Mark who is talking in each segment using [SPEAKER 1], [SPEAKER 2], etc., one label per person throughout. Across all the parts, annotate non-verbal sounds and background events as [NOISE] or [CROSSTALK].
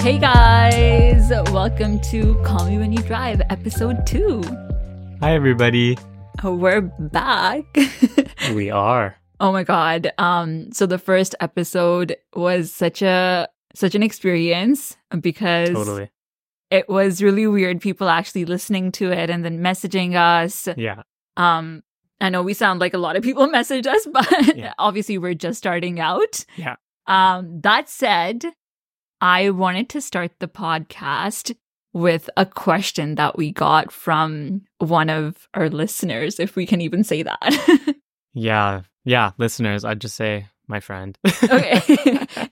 [SPEAKER 1] Hey guys, welcome to Call Me When You Drive, episode two.
[SPEAKER 2] Hi, everybody.
[SPEAKER 1] We're back. [LAUGHS]
[SPEAKER 2] We are.
[SPEAKER 1] oh my god. Um, so the first episode was such a such an experience because
[SPEAKER 2] Totally.
[SPEAKER 1] it was really weird people actually listening to it and then messaging us.
[SPEAKER 2] Yeah.
[SPEAKER 1] Um, I know we sound like a lot of people [LAUGHS] message us, but
[SPEAKER 2] Yeah.
[SPEAKER 1] obviously we're just starting out.
[SPEAKER 2] Yeah.
[SPEAKER 1] Um, that said, I wanted to start the podcast with a question that we got from one of our listeners, if we can even say that. [LAUGHS]
[SPEAKER 2] Yeah. Yeah. Listeners, I'd just say my friend. [LAUGHS]
[SPEAKER 1] okay.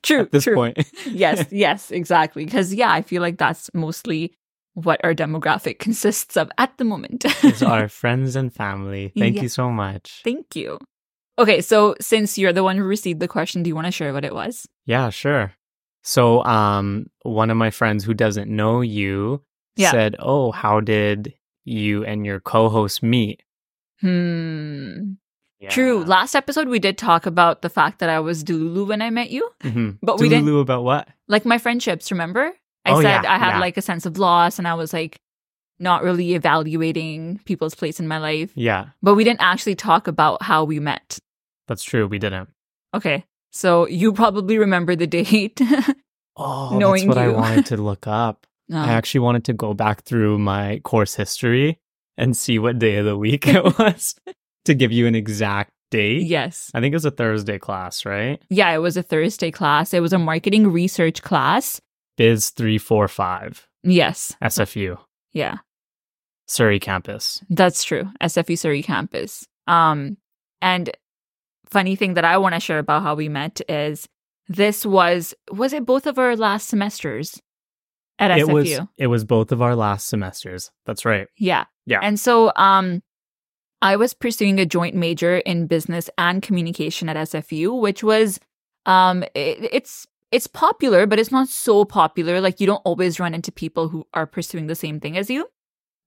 [SPEAKER 1] true.
[SPEAKER 2] At this
[SPEAKER 1] true.
[SPEAKER 2] point.
[SPEAKER 1] [LAUGHS] yes, yes, exactly. Because, yeah, I feel like that's mostly what our demographic consists of at the moment. [LAUGHS]
[SPEAKER 2] [LAUGHS] it's our friends and family. Thank
[SPEAKER 1] Yeah.
[SPEAKER 2] you so much.
[SPEAKER 1] Thank you. Okay, so since you're the one who received the question, do you want to share what it was?
[SPEAKER 2] yeah, sure. So, um, one of my friends who doesn't know you
[SPEAKER 1] Yeah.
[SPEAKER 2] said, "Oh, how did you and your co-host meet?"
[SPEAKER 1] Hmm. True. Last episode, we did talk about the fact that I was Delulu when I met you,
[SPEAKER 2] hmm
[SPEAKER 1] but we didn't
[SPEAKER 2] about what?
[SPEAKER 1] like my friendships. Remember, I
[SPEAKER 2] Oh,
[SPEAKER 1] said
[SPEAKER 2] yeah,
[SPEAKER 1] I had
[SPEAKER 2] yeah.
[SPEAKER 1] like a sense of loss, and I was like not really evaluating people's place in my life.
[SPEAKER 2] Yeah,
[SPEAKER 1] But we didn't actually talk about how we met.
[SPEAKER 2] that's true. We didn't.
[SPEAKER 1] Okay, so you probably remember the [LAUGHS] date. Um,
[SPEAKER 2] Oh,
[SPEAKER 1] Knowing
[SPEAKER 2] that's what I
[SPEAKER 1] you. [LAUGHS]
[SPEAKER 2] wanted to look up. I
[SPEAKER 1] Um,
[SPEAKER 2] actually wanted to go back through my course history and see what day of the week [LAUGHS] it was to give you an exact date.
[SPEAKER 1] yes.
[SPEAKER 2] I think it was a Thursday class, right?
[SPEAKER 1] Yeah, it was a Thursday class. It was a marketing research class.
[SPEAKER 2] Biz 345,
[SPEAKER 1] Yes.
[SPEAKER 2] SFU,
[SPEAKER 1] Yeah,
[SPEAKER 2] Surrey campus.
[SPEAKER 1] that's true. SFU Surrey campus. Um, and funny thing that I want to share about how we met is this was was it both of our last semesters at
[SPEAKER 2] It
[SPEAKER 1] SFU?
[SPEAKER 2] was it was both of our last semesters. That's right.
[SPEAKER 1] Yeah.
[SPEAKER 2] Yeah.
[SPEAKER 1] And so um I was pursuing a joint major in business and communication at SFU, which was um it, it's it's popular, but it's not so popular. Like you don't always run into people who are pursuing the same thing as you.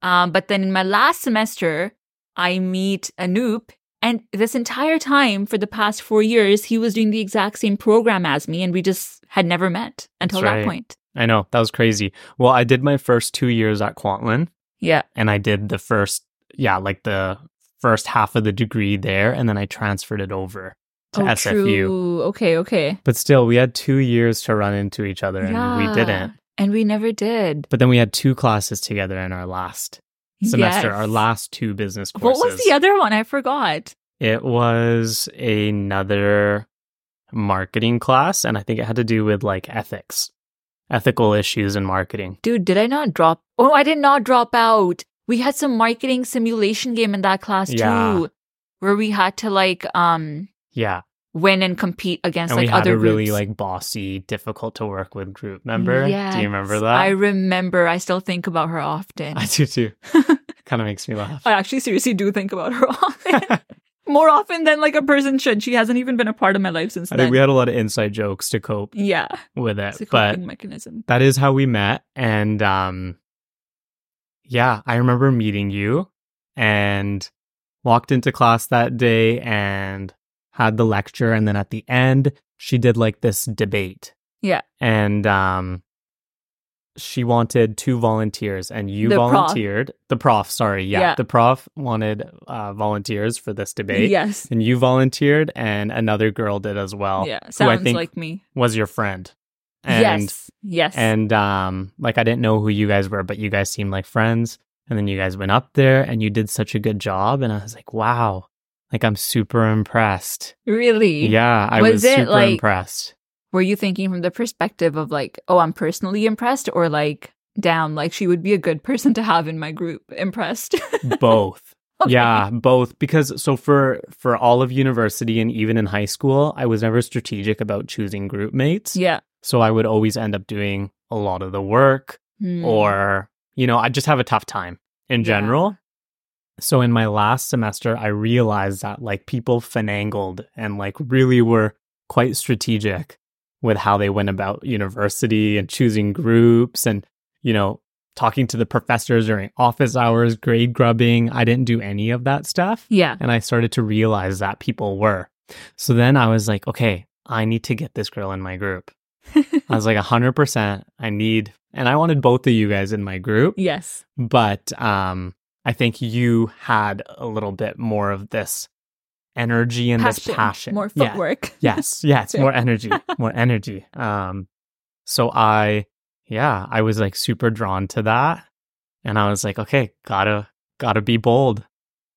[SPEAKER 1] Um, but then in my last semester, I meet Anoop, and this entire time for the past four years, he was doing the exact same program as me, and we just had never met until that
[SPEAKER 2] right.
[SPEAKER 1] point.
[SPEAKER 2] I know. That was crazy. Well, I did my first 2 years at Kwantlen
[SPEAKER 1] Yeah.
[SPEAKER 2] and I did the first yeah, like the first half of the degree there and then I transferred it over to SFU.
[SPEAKER 1] Oh, True. Okay. Okay.
[SPEAKER 2] But still, we had two years to run into each other and we didn't.
[SPEAKER 1] And we never did.
[SPEAKER 2] But then we had two classes together in our last semester,
[SPEAKER 1] Yes.
[SPEAKER 2] our last two business
[SPEAKER 1] What
[SPEAKER 2] courses.
[SPEAKER 1] was the other one? I forgot.
[SPEAKER 2] It was another marketing class, and I think it had to do with like ethics, ethical issues in marketing.
[SPEAKER 1] Dude, did I not drop? Oh, I did not drop out. We had some marketing simulation game in that class
[SPEAKER 2] Yeah.
[SPEAKER 1] too, where we had to like um
[SPEAKER 2] Yeah.
[SPEAKER 1] win and compete against
[SPEAKER 2] And we
[SPEAKER 1] like
[SPEAKER 2] had
[SPEAKER 1] other
[SPEAKER 2] a really
[SPEAKER 1] groups.
[SPEAKER 2] like bossy, difficult to work with group member. Do you remember
[SPEAKER 1] Yes,
[SPEAKER 2] that?
[SPEAKER 1] I remember. I still think about her often.
[SPEAKER 2] [LAUGHS] I
[SPEAKER 1] I, [LAUGHS]
[SPEAKER 2] do too. kind of makes me laugh. [LAUGHS]
[SPEAKER 1] actually seriously do think about her [LAUGHS] often. More often than like a person should. She hasn't even been a part of my life since
[SPEAKER 2] I
[SPEAKER 1] then.
[SPEAKER 2] think we had a lot of inside jokes to cope
[SPEAKER 1] yeah,
[SPEAKER 2] with it.
[SPEAKER 1] it's a
[SPEAKER 2] But
[SPEAKER 1] coping mechanism.
[SPEAKER 2] that is how we met and um yeah i remember meeting you and walked into class that day and had the lecture and then at the end she did like this debate
[SPEAKER 1] Yeah.
[SPEAKER 2] and um she wanted two volunteers and you
[SPEAKER 1] The prof.
[SPEAKER 2] volunteered the prof sorry yeah,
[SPEAKER 1] Yeah.
[SPEAKER 2] the prof wanted uh, volunteers for this debate
[SPEAKER 1] Yes.
[SPEAKER 2] and you volunteered and another girl did as well
[SPEAKER 1] yeah,
[SPEAKER 2] who i
[SPEAKER 1] sounds
[SPEAKER 2] think
[SPEAKER 1] like me.
[SPEAKER 2] was your friend and
[SPEAKER 1] yes. Yes.
[SPEAKER 2] and um like i didn't know who you guys were but you guys seemed like friends and then you guys went up there and you did such a good job and i was like wow like i'm super impressed
[SPEAKER 1] really?
[SPEAKER 2] yeah i
[SPEAKER 1] Was
[SPEAKER 2] was,
[SPEAKER 1] it,
[SPEAKER 2] super
[SPEAKER 1] like-
[SPEAKER 2] impressed
[SPEAKER 1] Were you thinking from the perspective of like, oh, I'm personally impressed or like, damn, like she would be a good person to have in my group? Impressed. [LAUGHS]
[SPEAKER 2] both
[SPEAKER 1] Okay.
[SPEAKER 2] yeah both because so for for all of university and even in high school i was never strategic about choosing group mates
[SPEAKER 1] Yeah.
[SPEAKER 2] so i would always end up doing a lot of the work
[SPEAKER 1] Hmm.
[SPEAKER 2] or you know i just have a tough time in
[SPEAKER 1] Yeah.
[SPEAKER 2] general so in my last semester i realized that like people finangled and like really were quite strategic with how they went about university and choosing groups and you know talking to the professors during office hours grade grubbing i didn't do any of that stuff
[SPEAKER 1] Yeah. [LAUGHS]
[SPEAKER 2] and I started to realize that people were. So then I was like, okay, I need to get this girl in my group. I was like, 100%. I need, and I wanted both of you guys in my group,
[SPEAKER 1] Yes.
[SPEAKER 2] but um, I think you had a little bit more of this energy and this passion.
[SPEAKER 1] More
[SPEAKER 2] Yeah.
[SPEAKER 1] footwork. [LAUGHS]
[SPEAKER 2] Yes, yes,
[SPEAKER 1] Yeah.
[SPEAKER 2] more energy, more energy. Um, so I, yeah, I was like super drawn to that, and I was like, okay, gotta gotta be bold.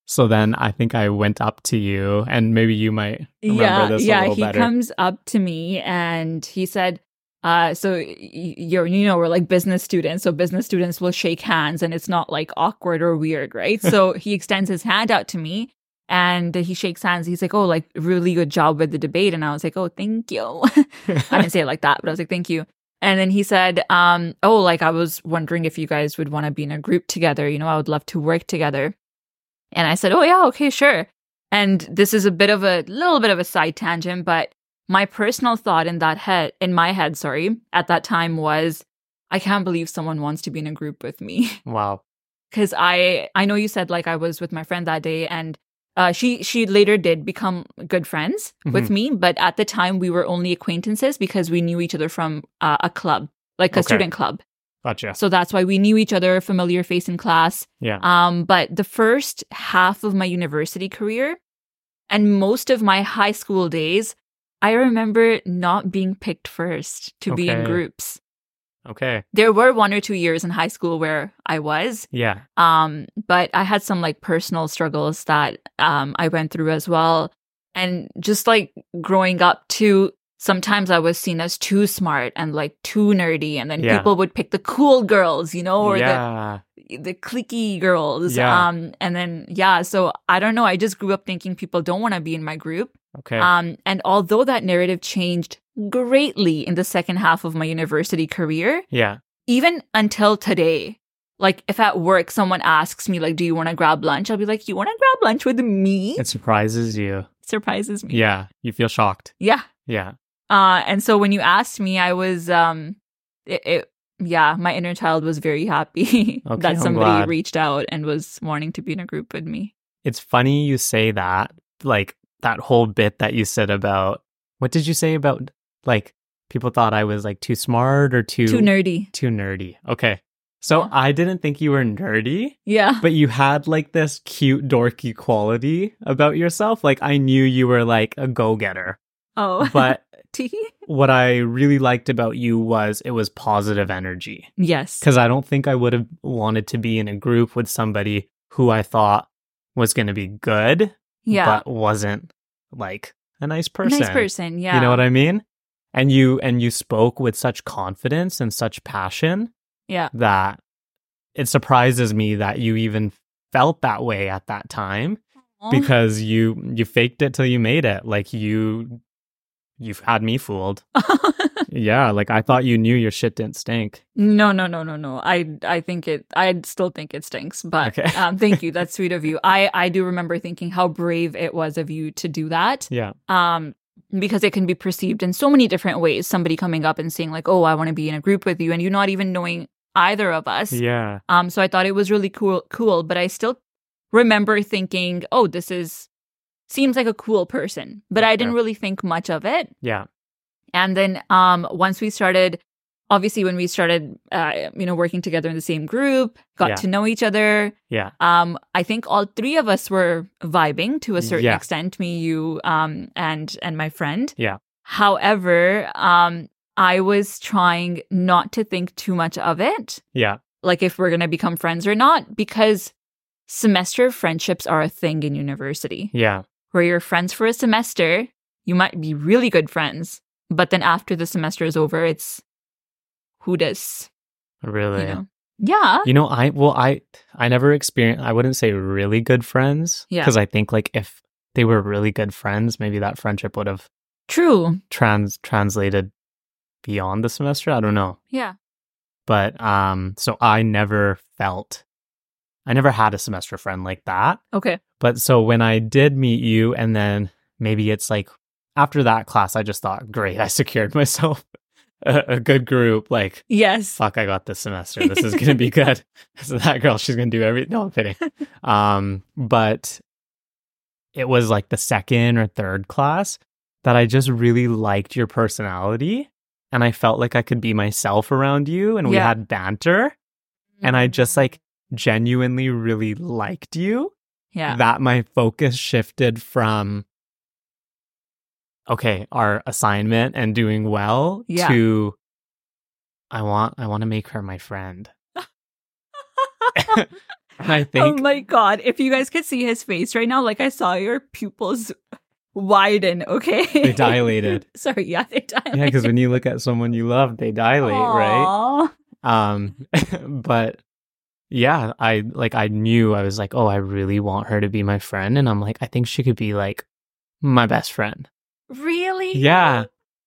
[SPEAKER 2] So then I think I went up to you, and maybe you might remember
[SPEAKER 1] yeah.
[SPEAKER 2] this a
[SPEAKER 1] yeah.
[SPEAKER 2] little
[SPEAKER 1] He
[SPEAKER 2] better.
[SPEAKER 1] comes up to me and he said, uh, so y- y- you're, you know, we're like business students. So business students will shake hands and it's not like awkward or weird,
[SPEAKER 2] [LAUGHS]
[SPEAKER 1] right? so he extends his hand out to me and he shakes hands. He's like, oh, like really good job with the debate. And I was like, oh, thank you. [LAUGHS] I didn't say it like that, but I was like, thank you. And then he said, um, oh, like I was wondering if you guys would want to be in a group together. You know, I would love to work together. And I said, oh, yeah, okay, sure. And this is a bit of a little bit of a side tangent, but my personal thought in that head, in my head, sorry, at that time was, I can't believe someone wants to be in a group with me.
[SPEAKER 2] [LAUGHS] wow.
[SPEAKER 1] because I I know you said like I was with my friend that day, and uh, she she later did become good friends with
[SPEAKER 2] Mm-hmm.
[SPEAKER 1] me, but at the time we were only acquaintances because we knew each other from uh, a club, like a
[SPEAKER 2] Okay.
[SPEAKER 1] student club.
[SPEAKER 2] Gotcha.
[SPEAKER 1] So that's why we knew each other, familiar face in class.
[SPEAKER 2] Yeah.
[SPEAKER 1] Um, but the first half of my university career and most of my high school days, I remember not being picked first to be in
[SPEAKER 2] Okay.
[SPEAKER 1] groups.
[SPEAKER 2] Okay.
[SPEAKER 1] There were one or two years in high school where I was,
[SPEAKER 2] Yeah.
[SPEAKER 1] um but i had some like personal struggles that um i went through as well and just like growing up too sometimes i was seen as too smart and like too nerdy and then
[SPEAKER 2] Yeah.
[SPEAKER 1] people would pick the cool girls you know or
[SPEAKER 2] yeah.
[SPEAKER 1] the the cliquey girls
[SPEAKER 2] Yeah.
[SPEAKER 1] um and then yeah so i don't know i just grew up thinking people don't want to be in my group
[SPEAKER 2] okay.
[SPEAKER 1] um, and although that narrative changed greatly in the second half of my university career,
[SPEAKER 2] yeah.
[SPEAKER 1] even until today, like if at work someone asks me, like, do you want to grab lunch? I'll be like, you want to grab lunch with me?
[SPEAKER 2] It surprises you.
[SPEAKER 1] Surprises me.
[SPEAKER 2] Yeah. You feel shocked.
[SPEAKER 1] Yeah.
[SPEAKER 2] Yeah.
[SPEAKER 1] Uh, and so when you asked me, I was, um, it, it yeah, my inner child was very happy [LAUGHS]
[SPEAKER 2] Okay,
[SPEAKER 1] that
[SPEAKER 2] I'm
[SPEAKER 1] somebody
[SPEAKER 2] glad.
[SPEAKER 1] reached out and was wanting to be in a group with me.
[SPEAKER 2] It's funny you say that, like that whole bit that you said about what did you say about like people thought I was like too smart or too
[SPEAKER 1] Too nerdy.
[SPEAKER 2] too nerdy. Okay. So
[SPEAKER 1] Yeah.
[SPEAKER 2] I didn't think you were nerdy,
[SPEAKER 1] Yeah. [LAUGHS]
[SPEAKER 2] but you had like this cute dorky quality about yourself. Like I knew you were like a go-getter.
[SPEAKER 1] Oh.
[SPEAKER 2] But
[SPEAKER 1] [LAUGHS] Tee hee.
[SPEAKER 2] what I really liked about you was it was positive energy
[SPEAKER 1] yes.
[SPEAKER 2] because I don't think I would have wanted to be in a group with somebody who I thought was going to be good,
[SPEAKER 1] Yeah.
[SPEAKER 2] but wasn't like a nice person.
[SPEAKER 1] Nice person. Yeah.
[SPEAKER 2] You know what I mean? And you and you spoke with such confidence and such passion
[SPEAKER 1] Yeah.
[SPEAKER 2] that it surprises me that you even felt that way at that time
[SPEAKER 1] Aw.
[SPEAKER 2] because you you faked it till you made it. Like you you've had me fooled.
[SPEAKER 1] [LAUGHS]
[SPEAKER 2] yeah, like I thought you knew your shit didn't stink.
[SPEAKER 1] No, no, no, no, no. I I think it. I still think it stinks. But
[SPEAKER 2] Okay. [LAUGHS]
[SPEAKER 1] um, thank you. That's sweet of you. I I do remember thinking how brave it was of you to do that.
[SPEAKER 2] Yeah.
[SPEAKER 1] Um, because it can be perceived in so many different ways. Somebody coming up and saying like, "Oh, I want to be in a group with you," and you not even knowing either of us.
[SPEAKER 2] Yeah.
[SPEAKER 1] Um, so I thought it was really cool. Cool, but I still remember thinking, "Oh, this is seems like a cool person," but I didn't
[SPEAKER 2] Okay.
[SPEAKER 1] really think much of it.
[SPEAKER 2] Yeah.
[SPEAKER 1] And then um, once we started, obviously, when we started, uh, you know, working together in the same group, got
[SPEAKER 2] Yeah.
[SPEAKER 1] to know each other.
[SPEAKER 2] Yeah.
[SPEAKER 1] Um, I think all three of us were vibing to a certain
[SPEAKER 2] Yeah.
[SPEAKER 1] extent. Me, you, um, and and my friend.
[SPEAKER 2] Yeah.
[SPEAKER 1] However, um, I was trying not to think too much of it,
[SPEAKER 2] Yeah.
[SPEAKER 1] like if we're gonna become friends or not, because semester friendships are a thing in university
[SPEAKER 2] Yeah.
[SPEAKER 1] where you're friends for a semester, you might be really good friends, but then after the semester is over, it's who does,
[SPEAKER 2] Really.
[SPEAKER 1] you know? Yeah.
[SPEAKER 2] You know, I well, I I never experienced. I wouldn't say really good friends,
[SPEAKER 1] Yeah.
[SPEAKER 2] Because I think like if they were really good friends, maybe that friendship would have
[SPEAKER 1] True.
[SPEAKER 2] trans translated beyond the semester. I don't know,
[SPEAKER 1] Yeah.
[SPEAKER 2] but um, so I never felt, I never had a semester friend like that.
[SPEAKER 1] Okay.
[SPEAKER 2] But so when I did meet you, and then maybe it's like after that class, I just thought, great, I [LAUGHS] secured myself a, a good group, like
[SPEAKER 1] Yes.
[SPEAKER 2] fuck, I got this semester. This is gonna be good. [LAUGHS] So that girl, she's gonna do everything. No, I'm kidding. Um, but it was like the second or third class that I just really liked your personality. and I felt like I could be myself around you and we
[SPEAKER 1] Yeah. Mm-hmm.
[SPEAKER 2] had banter and I just like genuinely really liked you
[SPEAKER 1] yeah
[SPEAKER 2] that my focus shifted from okay our assignment and doing well
[SPEAKER 1] Yeah.
[SPEAKER 2] to i want i want to make her
[SPEAKER 1] [LAUGHS]
[SPEAKER 2] my friend and i
[SPEAKER 1] oh
[SPEAKER 2] think
[SPEAKER 1] my god if you guys could see his face right now like i saw your pupils widen okay
[SPEAKER 2] they dilated
[SPEAKER 1] [LAUGHS] sorry yeah they dilated
[SPEAKER 2] yeah because when you look at someone you love they dilate right
[SPEAKER 1] Aw.
[SPEAKER 2] um [LAUGHS] but yeah i like i knew i was like oh i really want her to be my friend and i'm like i think she could be like my best friend
[SPEAKER 1] really
[SPEAKER 2] Yeah.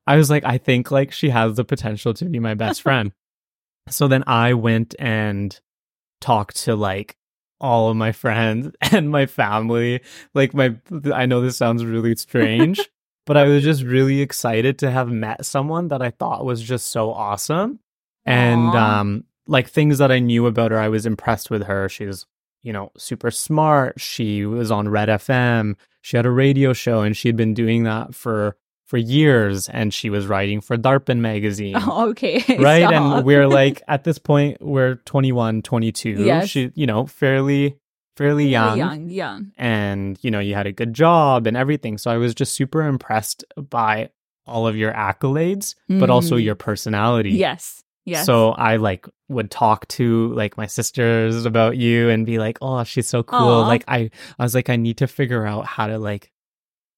[SPEAKER 2] I was like, I think like she has the potential to be
[SPEAKER 1] [LAUGHS]
[SPEAKER 2] my best friend. so then I went and talked to like all of my friends [LAUGHS] and my family. Like my I know this sounds
[SPEAKER 1] [LAUGHS]
[SPEAKER 2] really strange, but I was just really excited to have met someone that I thought was just so awesome. And
[SPEAKER 1] Aw.
[SPEAKER 2] um like things that I knew about her, I was impressed with her. She's, you know, super smart. She was on Red FM. She had a radio show and she had been doing that for for years and she was writing for Darpin magazine.
[SPEAKER 1] Oh, [LAUGHS] okay
[SPEAKER 2] right?
[SPEAKER 1] Stop. [LAUGHS]
[SPEAKER 2] And we're like at this point we're 21, 22.
[SPEAKER 1] Yes.
[SPEAKER 2] She, you know, fairly fairly young,
[SPEAKER 1] young young
[SPEAKER 2] and you know, you had a good job and everything. So I was just super impressed by all of your accolades, but also
[SPEAKER 1] Mhm.
[SPEAKER 2] your personality.
[SPEAKER 1] yes yes
[SPEAKER 2] So I like would talk to like my sisters about you and be like, "Oh, she's so cool."
[SPEAKER 1] Aw.
[SPEAKER 2] Like I I was like I need to figure out how to like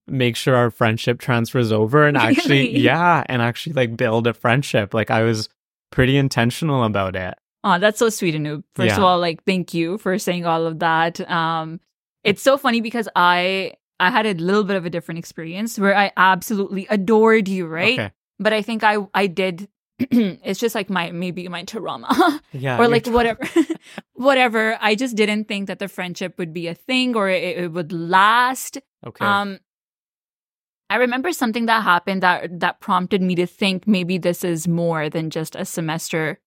[SPEAKER 2] make sure our friendship transfers over and actually
[SPEAKER 1] [LAUGHS] Really?
[SPEAKER 2] yeah, and actually like build a friendship. Like I was pretty intentional about it.
[SPEAKER 1] Oh, that's so sweet, Anoop. First of
[SPEAKER 2] Yeah.
[SPEAKER 1] all, like thank you for saying all of that. Um, it's so funny because I I had a little bit of a different experience where I absolutely adored you, right?
[SPEAKER 2] Okay.
[SPEAKER 1] But I think I I did. [CLEARS THROAT] it's just like my maybe my trauma [LAUGHS]
[SPEAKER 2] Yeah.
[SPEAKER 1] or
[SPEAKER 2] you're
[SPEAKER 1] like
[SPEAKER 2] tr-
[SPEAKER 1] whatever, [LAUGHS] whatever. I just didn't think that the friendship would be a thing or it, it would last.
[SPEAKER 2] Okay.
[SPEAKER 1] Um, I remember something that happened that that prompted me to think maybe this is more than just a semester.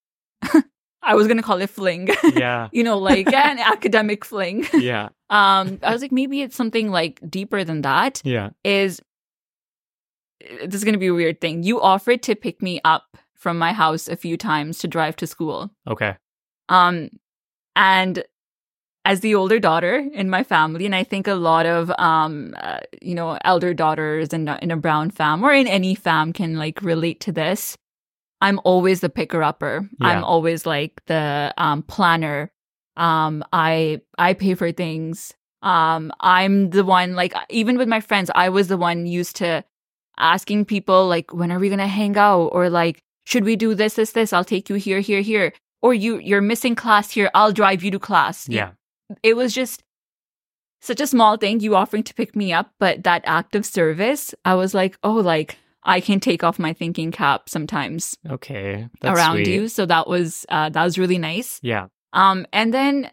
[SPEAKER 1] [LAUGHS] I was gonna call it fling, [LAUGHS]
[SPEAKER 2] yeah.
[SPEAKER 1] you know, like an academic fling. [LAUGHS]
[SPEAKER 2] Yeah.
[SPEAKER 1] Um, I was like, maybe it's something like deeper than that.
[SPEAKER 2] Yeah.
[SPEAKER 1] Is this is gonna be a weird thing? You offered to pick me up from my house a few times to drive to school.
[SPEAKER 2] Okay.
[SPEAKER 1] Um, and as the older daughter in my family, and I think a lot of um, uh, you know, elder daughters in in a brown fam or in any fam can like relate to this. I'm always the picker upper. I'm
[SPEAKER 2] Yeah.
[SPEAKER 1] always like the um, planner. Um, I I pay for things. Um, I'm the one like even with my friends, I was the one used to asking people like, when are we gonna hang out? Or like, should we do this, this, this? I'll take you here, here, here. Or you you're missing class here. I'll drive you to class.
[SPEAKER 2] Yeah.
[SPEAKER 1] It was just such a small thing, you offering to pick me up, but that act of service, I was like, oh, like I can take off my thinking cap sometimes
[SPEAKER 2] Okay. That's
[SPEAKER 1] around
[SPEAKER 2] sweet.
[SPEAKER 1] you. So that was uh, that was really nice.
[SPEAKER 2] Yeah.
[SPEAKER 1] Um, and then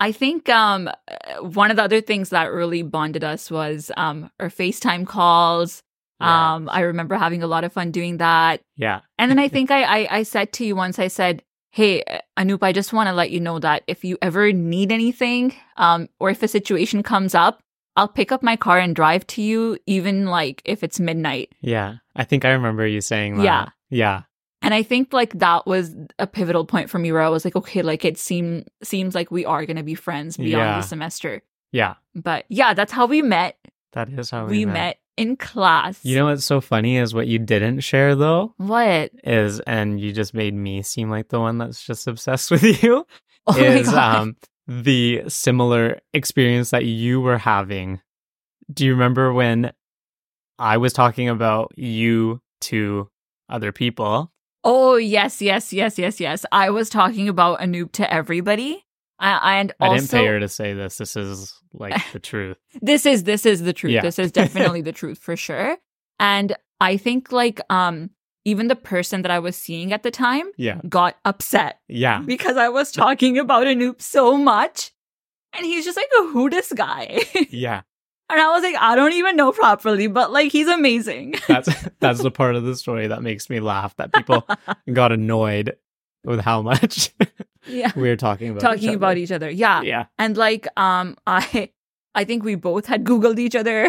[SPEAKER 1] I think um, uh, one of the other things that really bonded us was um, our FaceTime calls.
[SPEAKER 2] Yeah.
[SPEAKER 1] Um, I remember having a lot of fun doing that.
[SPEAKER 2] yeah.
[SPEAKER 1] And then I think I, I I said to you once, I said, "Hey, uh, Anoop, I just want to let you know that if you ever need anything, um, or if a situation comes up, I'll pick up my car and drive to you, even like if it's midnight."
[SPEAKER 2] Yeah. I think I remember you saying that.
[SPEAKER 1] Yeah.
[SPEAKER 2] Yeah.
[SPEAKER 1] And I think like that was a pivotal point for me where I was like, "Okay, like it seem seems like we are gonna be friends beyond
[SPEAKER 2] Yeah.
[SPEAKER 1] the semester."
[SPEAKER 2] Yeah.
[SPEAKER 1] But yeah, that's how we met.
[SPEAKER 2] That is how
[SPEAKER 1] we met. in class.
[SPEAKER 2] You know what's so funny is what you didn't share though
[SPEAKER 1] what? [LAUGHS]
[SPEAKER 2] is and you just made me seem like the one that's just obsessed [LAUGHS] with you
[SPEAKER 1] [LAUGHS] Oh my
[SPEAKER 2] is
[SPEAKER 1] God.
[SPEAKER 2] um the similar experience that you were having. Do you remember when I was talking about you to other people?
[SPEAKER 1] Oh yes, yes, yes, yes, yes. I was talking about Anoop to everybody, uh, and
[SPEAKER 2] I didn't pay
[SPEAKER 1] also
[SPEAKER 2] her to say this. This is like
[SPEAKER 1] [LAUGHS]
[SPEAKER 2] the truth.
[SPEAKER 1] this is this is the truth.
[SPEAKER 2] Yeah. [LAUGHS]
[SPEAKER 1] This is definitely the truth for sure. And I think like um even the person that I was seeing at the time
[SPEAKER 2] Yeah.
[SPEAKER 1] got upset
[SPEAKER 2] Yeah.
[SPEAKER 1] because I was talking about Anoop so much, and he's just like, "Who this guy?" [LAUGHS]
[SPEAKER 2] Yeah.
[SPEAKER 1] and I was like, "I don't even know properly, but like he's amazing." [LAUGHS]
[SPEAKER 2] That's that's the part of the story that makes me laugh that
[SPEAKER 1] [LAUGHS]
[SPEAKER 2] people got annoyed with how much [LAUGHS]
[SPEAKER 1] yeah,
[SPEAKER 2] we were talking about
[SPEAKER 1] talking
[SPEAKER 2] each
[SPEAKER 1] about
[SPEAKER 2] other.
[SPEAKER 1] each other. Yeah.
[SPEAKER 2] Yeah.
[SPEAKER 1] and like um [LAUGHS] i i think we both had googled each other [LAUGHS]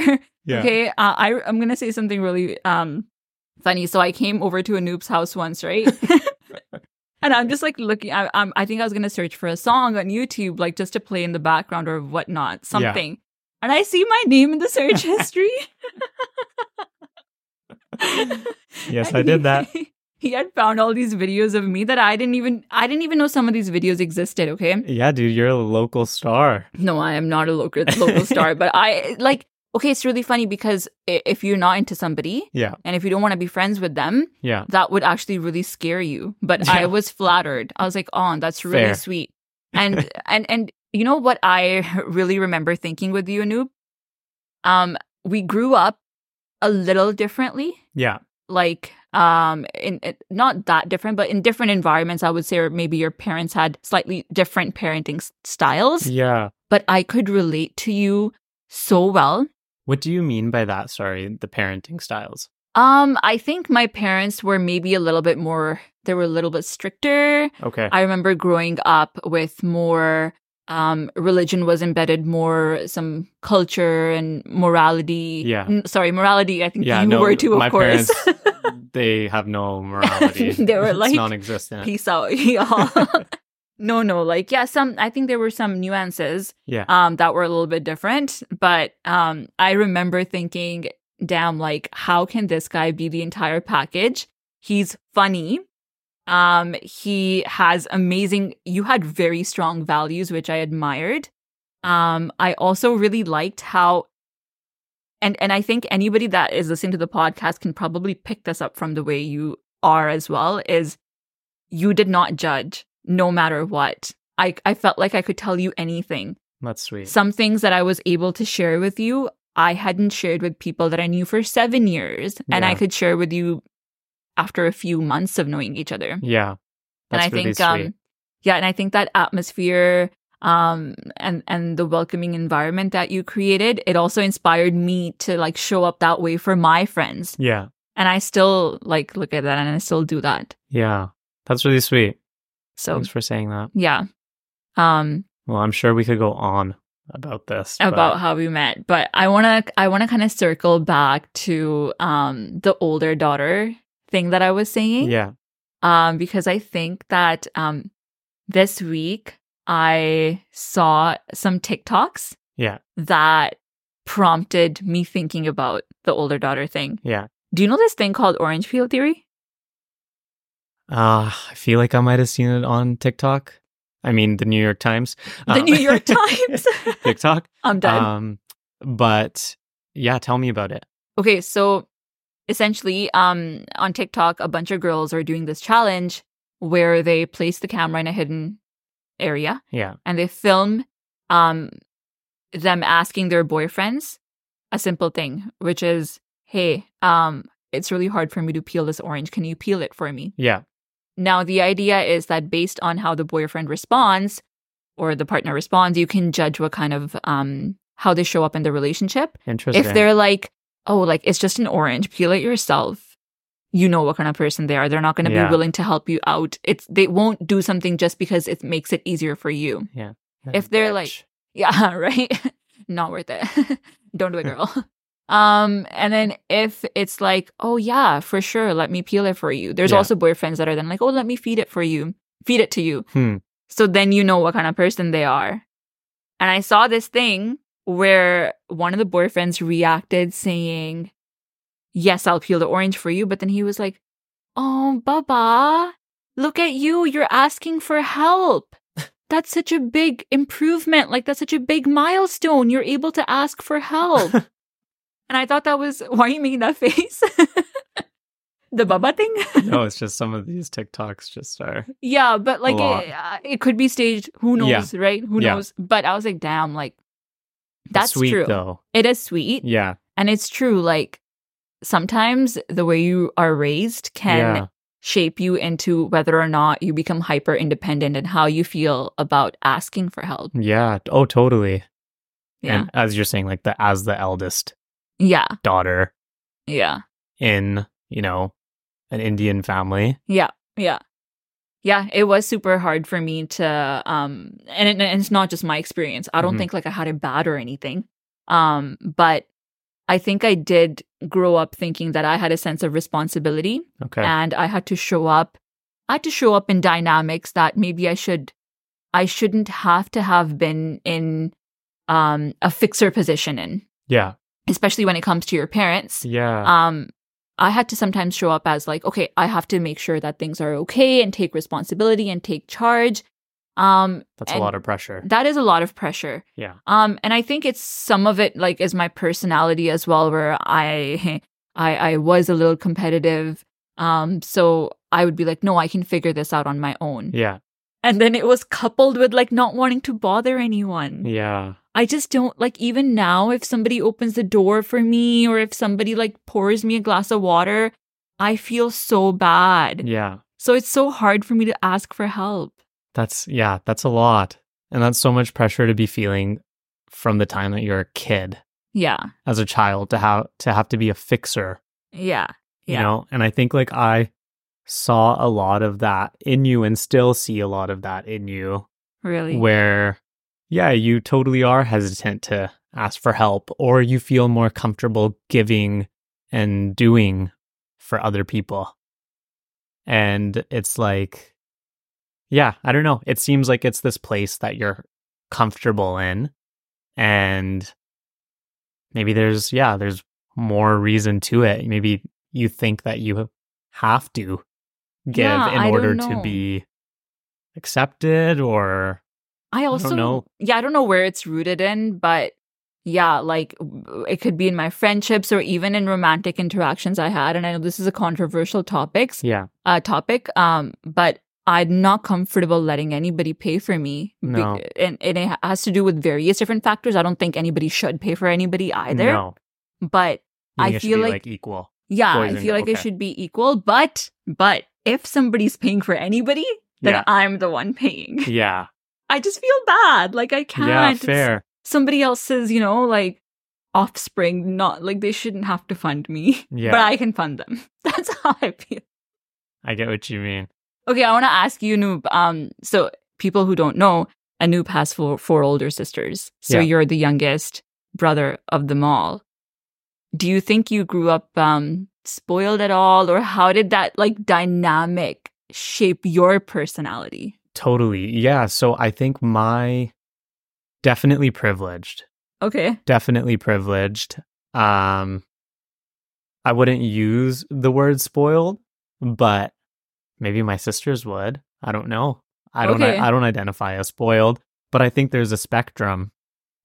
[SPEAKER 2] Yeah.
[SPEAKER 1] okay uh, i i'm gonna say something really um funny. So I came over to a noob's house once,
[SPEAKER 2] [LAUGHS]
[SPEAKER 1] right? and I'm just like looking. I, I'm, I think I was gonna search for a song on YouTube, like just to play in the background or whatnot, something. And I see my name in the
[SPEAKER 2] [LAUGHS]
[SPEAKER 1] search history. [LAUGHS]
[SPEAKER 2] Yes,
[SPEAKER 1] And
[SPEAKER 2] I did that.
[SPEAKER 1] He, he had found all these videos of me that I didn't even I didn't even know some of these videos existed. Okay,
[SPEAKER 2] [LAUGHS] Yeah, dude, you're a local star.
[SPEAKER 1] no, I am not a local local star,
[SPEAKER 2] [LAUGHS]
[SPEAKER 1] but I like. Okay, it's really funny because i- if you're not into somebody,
[SPEAKER 2] Yeah.
[SPEAKER 1] and if you don't want to be friends with them,
[SPEAKER 2] Yeah.
[SPEAKER 1] that would actually really scare you. But I
[SPEAKER 2] Yeah.
[SPEAKER 1] was flattered. I was like, "Oh, that's really
[SPEAKER 2] Fair.
[SPEAKER 1] sweet."
[SPEAKER 2] [LAUGHS]
[SPEAKER 1] And and and you know what I really remember thinking with you, Anoop? Um, we grew up a little differently
[SPEAKER 2] Yeah.
[SPEAKER 1] like um in, in not that different but in different environments i would say or maybe your parents had slightly different parenting s- styles
[SPEAKER 2] Yeah.
[SPEAKER 1] but i could relate to you so well
[SPEAKER 2] What do you mean by that? Sorry, the parenting styles.
[SPEAKER 1] um i think my parents were maybe a little bit more they were a little bit stricter
[SPEAKER 2] Okay.
[SPEAKER 1] i remember growing up with more um religion was embedded more some culture and morality
[SPEAKER 2] Yeah.
[SPEAKER 1] N- sorry morality i think
[SPEAKER 2] yeah,
[SPEAKER 1] you
[SPEAKER 2] no,
[SPEAKER 1] were too
[SPEAKER 2] my
[SPEAKER 1] of course [LAUGHS]
[SPEAKER 2] parents, they have no morality.
[SPEAKER 1] They were
[SPEAKER 2] It's
[SPEAKER 1] like,
[SPEAKER 2] non-existent.
[SPEAKER 1] peace out [LAUGHS] y'all
[SPEAKER 2] [LAUGHS]
[SPEAKER 1] no no like yeah some i think there were some nuances
[SPEAKER 2] yeah,
[SPEAKER 1] um that were a little bit different but um i remember thinking damn like how can this guy be the entire package he's funny um he has amazing you had very strong values which i admired um i also really liked how and and i think anybody that is listening to the podcast can probably pick this up from the way you are as well is you did not judge no matter what i i felt like i could tell you anything
[SPEAKER 2] that's sweet.
[SPEAKER 1] some things that I was able to share with you, I hadn't shared with people that I knew for seven years, and I
[SPEAKER 2] Yeah.
[SPEAKER 1] could share with you after a few months of knowing each other.
[SPEAKER 2] yeah,
[SPEAKER 1] and
[SPEAKER 2] that's
[SPEAKER 1] I
[SPEAKER 2] really
[SPEAKER 1] think,
[SPEAKER 2] sweet.
[SPEAKER 1] um, yeah, and I think that atmosphere um and and the welcoming environment that you created it also inspired me to like show up that way for my friends
[SPEAKER 2] yeah,
[SPEAKER 1] and i still like look at that and i still do that
[SPEAKER 2] yeah, that's really sweet.
[SPEAKER 1] so
[SPEAKER 2] Thanks for saying that.
[SPEAKER 1] yeah um
[SPEAKER 2] Well, I'm sure we could go on about this. but-
[SPEAKER 1] about how we met but i want to i want to kind of circle back to um the older daughter thing that i was saying
[SPEAKER 2] yeah,
[SPEAKER 1] um because i think that um this week i saw some tiktoks
[SPEAKER 2] Yeah.
[SPEAKER 1] that prompted me thinking about the older daughter thing
[SPEAKER 2] yeah.
[SPEAKER 1] do you know this thing called orange peel theory
[SPEAKER 2] Uh, I feel like I might have seen it on TikTok. I mean, the New York Times.
[SPEAKER 1] the
[SPEAKER 2] Uh,
[SPEAKER 1] new york
[SPEAKER 2] [LAUGHS]
[SPEAKER 1] times
[SPEAKER 2] TikTok.
[SPEAKER 1] [LAUGHS] i'm done
[SPEAKER 2] Um, but yeah, tell me about it.
[SPEAKER 1] Okay, so essentially, um, on TikTok, a bunch of girls are doing this challenge where they place the camera in a hidden area
[SPEAKER 2] Yeah,
[SPEAKER 1] and they film um, them asking their boyfriends a simple thing, which is, "Hey, um, it's really hard for me to peel this orange. Can you peel it for me?"
[SPEAKER 2] yeah,
[SPEAKER 1] Now, the idea is that based on how the boyfriend responds or the partner responds, you can judge what kind of um, how they show up in the relationship
[SPEAKER 2] interesting.
[SPEAKER 1] if they're like, oh, like it's just an orange, peel it yourself. You know what kind of person they are. They're not going to
[SPEAKER 2] Yeah.
[SPEAKER 1] be willing to help you out. It's they won't do something just because it makes it easier for you. [LAUGHS] if they're like-
[SPEAKER 2] Bitch.
[SPEAKER 1] Yeah, right. [LAUGHS] not worth it. [LAUGHS] Don't
[SPEAKER 2] Hmm.
[SPEAKER 1] do it, girl. [LAUGHS] um, and then if it's like, oh yeah, for sure, let me peel it for you. There's
[SPEAKER 2] Yeah.
[SPEAKER 1] also boyfriends that are then like, oh, let me feed it for you, feed it to you.
[SPEAKER 2] hmm,
[SPEAKER 1] So then you know what kind of person they are. And I saw this thing where one of the boyfriends reacted saying, Yes, I'll peel the orange for you. But then he was like, Oh, Baba, look at you. You're asking for help. That's such a big improvement. Like, that's such a big milestone. You're able to ask for
[SPEAKER 2] [LAUGHS]
[SPEAKER 1] help. and I thought that was, [LAUGHS] why are you making that face? [LAUGHS] the Baba thing? [LAUGHS]
[SPEAKER 2] no, it's just some of these TikToks just are.
[SPEAKER 1] Yeah, but like it,
[SPEAKER 2] lot.
[SPEAKER 1] uh, it could be staged. Who
[SPEAKER 2] Yeah.
[SPEAKER 1] knows, right? Who
[SPEAKER 2] Yeah.
[SPEAKER 1] knows? But I was like, damn, like that's
[SPEAKER 2] sweet
[SPEAKER 1] true.
[SPEAKER 2] though.
[SPEAKER 1] It is sweet,
[SPEAKER 2] Yeah,
[SPEAKER 1] and it's true. Like sometimes the way you are raised can
[SPEAKER 2] yeah,
[SPEAKER 1] shape you into whether or not you become hyper independent and how you feel about asking for help.
[SPEAKER 2] yeah. Oh, totally.
[SPEAKER 1] Yeah,
[SPEAKER 2] And as you're saying, like the as the eldest
[SPEAKER 1] yeah,
[SPEAKER 2] daughter
[SPEAKER 1] yeah,
[SPEAKER 2] in you know an Indian family.
[SPEAKER 1] yeah, yeah. Yeah, it was super hard for me to um and,
[SPEAKER 2] Mm-hmm.
[SPEAKER 1] it, and it's not just my experience. I don't
[SPEAKER 2] Mhm.
[SPEAKER 1] think like I had it bad or anything. Um but I think I did grow up thinking that I had a sense of responsibility
[SPEAKER 2] Okay.
[SPEAKER 1] and I had to show up. I had to show up in dynamics that maybe I should, I shouldn't have to have been in um, a fixer position in,
[SPEAKER 2] yeah.
[SPEAKER 1] especially when it comes to your parents.
[SPEAKER 2] Yeah.
[SPEAKER 1] Um, I had to sometimes show up as like, okay, I have to make sure that things are okay and take responsibility and take charge. Um,
[SPEAKER 2] That's a
[SPEAKER 1] and-
[SPEAKER 2] lot of pressure.
[SPEAKER 1] that is a lot of pressure.
[SPEAKER 2] Yeah.
[SPEAKER 1] Um, and I think it's some of it like is my personality as well, where I [LAUGHS] I I was a little competitive. Um, so I would be like, no, I can figure this out on my own.
[SPEAKER 2] Yeah.
[SPEAKER 1] And then it was coupled with like not wanting to bother anyone.
[SPEAKER 2] Yeah.
[SPEAKER 1] I just don't like even now if somebody opens the door for me or if somebody like pours me a glass of water, I feel so bad.
[SPEAKER 2] Yeah.
[SPEAKER 1] So it's so hard for me to ask for help.
[SPEAKER 2] That's yeah, that's a lot. And that's so much pressure to be feeling from the time that you're a kid
[SPEAKER 1] Yeah.
[SPEAKER 2] as a child to have to have to be a fixer,
[SPEAKER 1] Yeah.
[SPEAKER 2] you
[SPEAKER 1] Yeah.
[SPEAKER 2] know? And I think like I saw a lot of that in you and still see a lot of that in you
[SPEAKER 1] Really.
[SPEAKER 2] where yeah, you totally are hesitant to ask for help or you feel more comfortable giving and doing for other people. And it's like yeah, I don't know. It seems like it's this place that you're comfortable in and maybe there's yeah, there's more reason to it. Maybe you think that you have to give
[SPEAKER 1] Yeah, I
[SPEAKER 2] in
[SPEAKER 1] don't
[SPEAKER 2] order
[SPEAKER 1] know.
[SPEAKER 2] to be accepted or
[SPEAKER 1] I
[SPEAKER 2] don't
[SPEAKER 1] also
[SPEAKER 2] know.
[SPEAKER 1] yeah, I don't know where it's rooted in, but yeah, like w- it could be in my friendships or even in romantic interactions I had. And I know this is a controversial topics
[SPEAKER 2] yeah
[SPEAKER 1] uh, topic, um, but I'm not comfortable letting anybody pay for me. Be-
[SPEAKER 2] No.
[SPEAKER 1] and, and it has to do with various different factors. I don't think anybody should pay for anybody either.
[SPEAKER 2] no
[SPEAKER 1] But
[SPEAKER 2] You
[SPEAKER 1] I
[SPEAKER 2] think it should
[SPEAKER 1] feel
[SPEAKER 2] be,
[SPEAKER 1] like-
[SPEAKER 2] equal.
[SPEAKER 1] yeah,
[SPEAKER 2] Poison,
[SPEAKER 1] I feel like it
[SPEAKER 2] okay.
[SPEAKER 1] should be equal. But but if somebody's paying for anybody, then
[SPEAKER 2] Yeah.
[SPEAKER 1] I'm the one paying. [LAUGHS]
[SPEAKER 2] Yeah.
[SPEAKER 1] I just feel bad. Like I can't.
[SPEAKER 2] Yeah.
[SPEAKER 1] It's-
[SPEAKER 2] Fair.
[SPEAKER 1] somebody else's, you know, like offspring, not like they shouldn't have to fund me, [LAUGHS]
[SPEAKER 2] Yeah.
[SPEAKER 1] but I can fund them. [LAUGHS] That's how I feel.
[SPEAKER 2] I get what you mean.
[SPEAKER 1] Okay, I want to ask you, Noob. Um, so people who don't know, Anoop has four, four older sisters. So
[SPEAKER 2] Yeah.
[SPEAKER 1] you're the youngest brother of them all. Do you think you grew up um, spoiled at all, or how did that like dynamic shape your personality?
[SPEAKER 2] Totally. Yeah. So I think my definitely privileged,
[SPEAKER 1] Okay.
[SPEAKER 2] definitely privileged. Um, I wouldn't use the word spoiled, but maybe my sisters would. I don't know. I don't.
[SPEAKER 1] Okay.
[SPEAKER 2] I don't identify as spoiled, but I think there's a spectrum,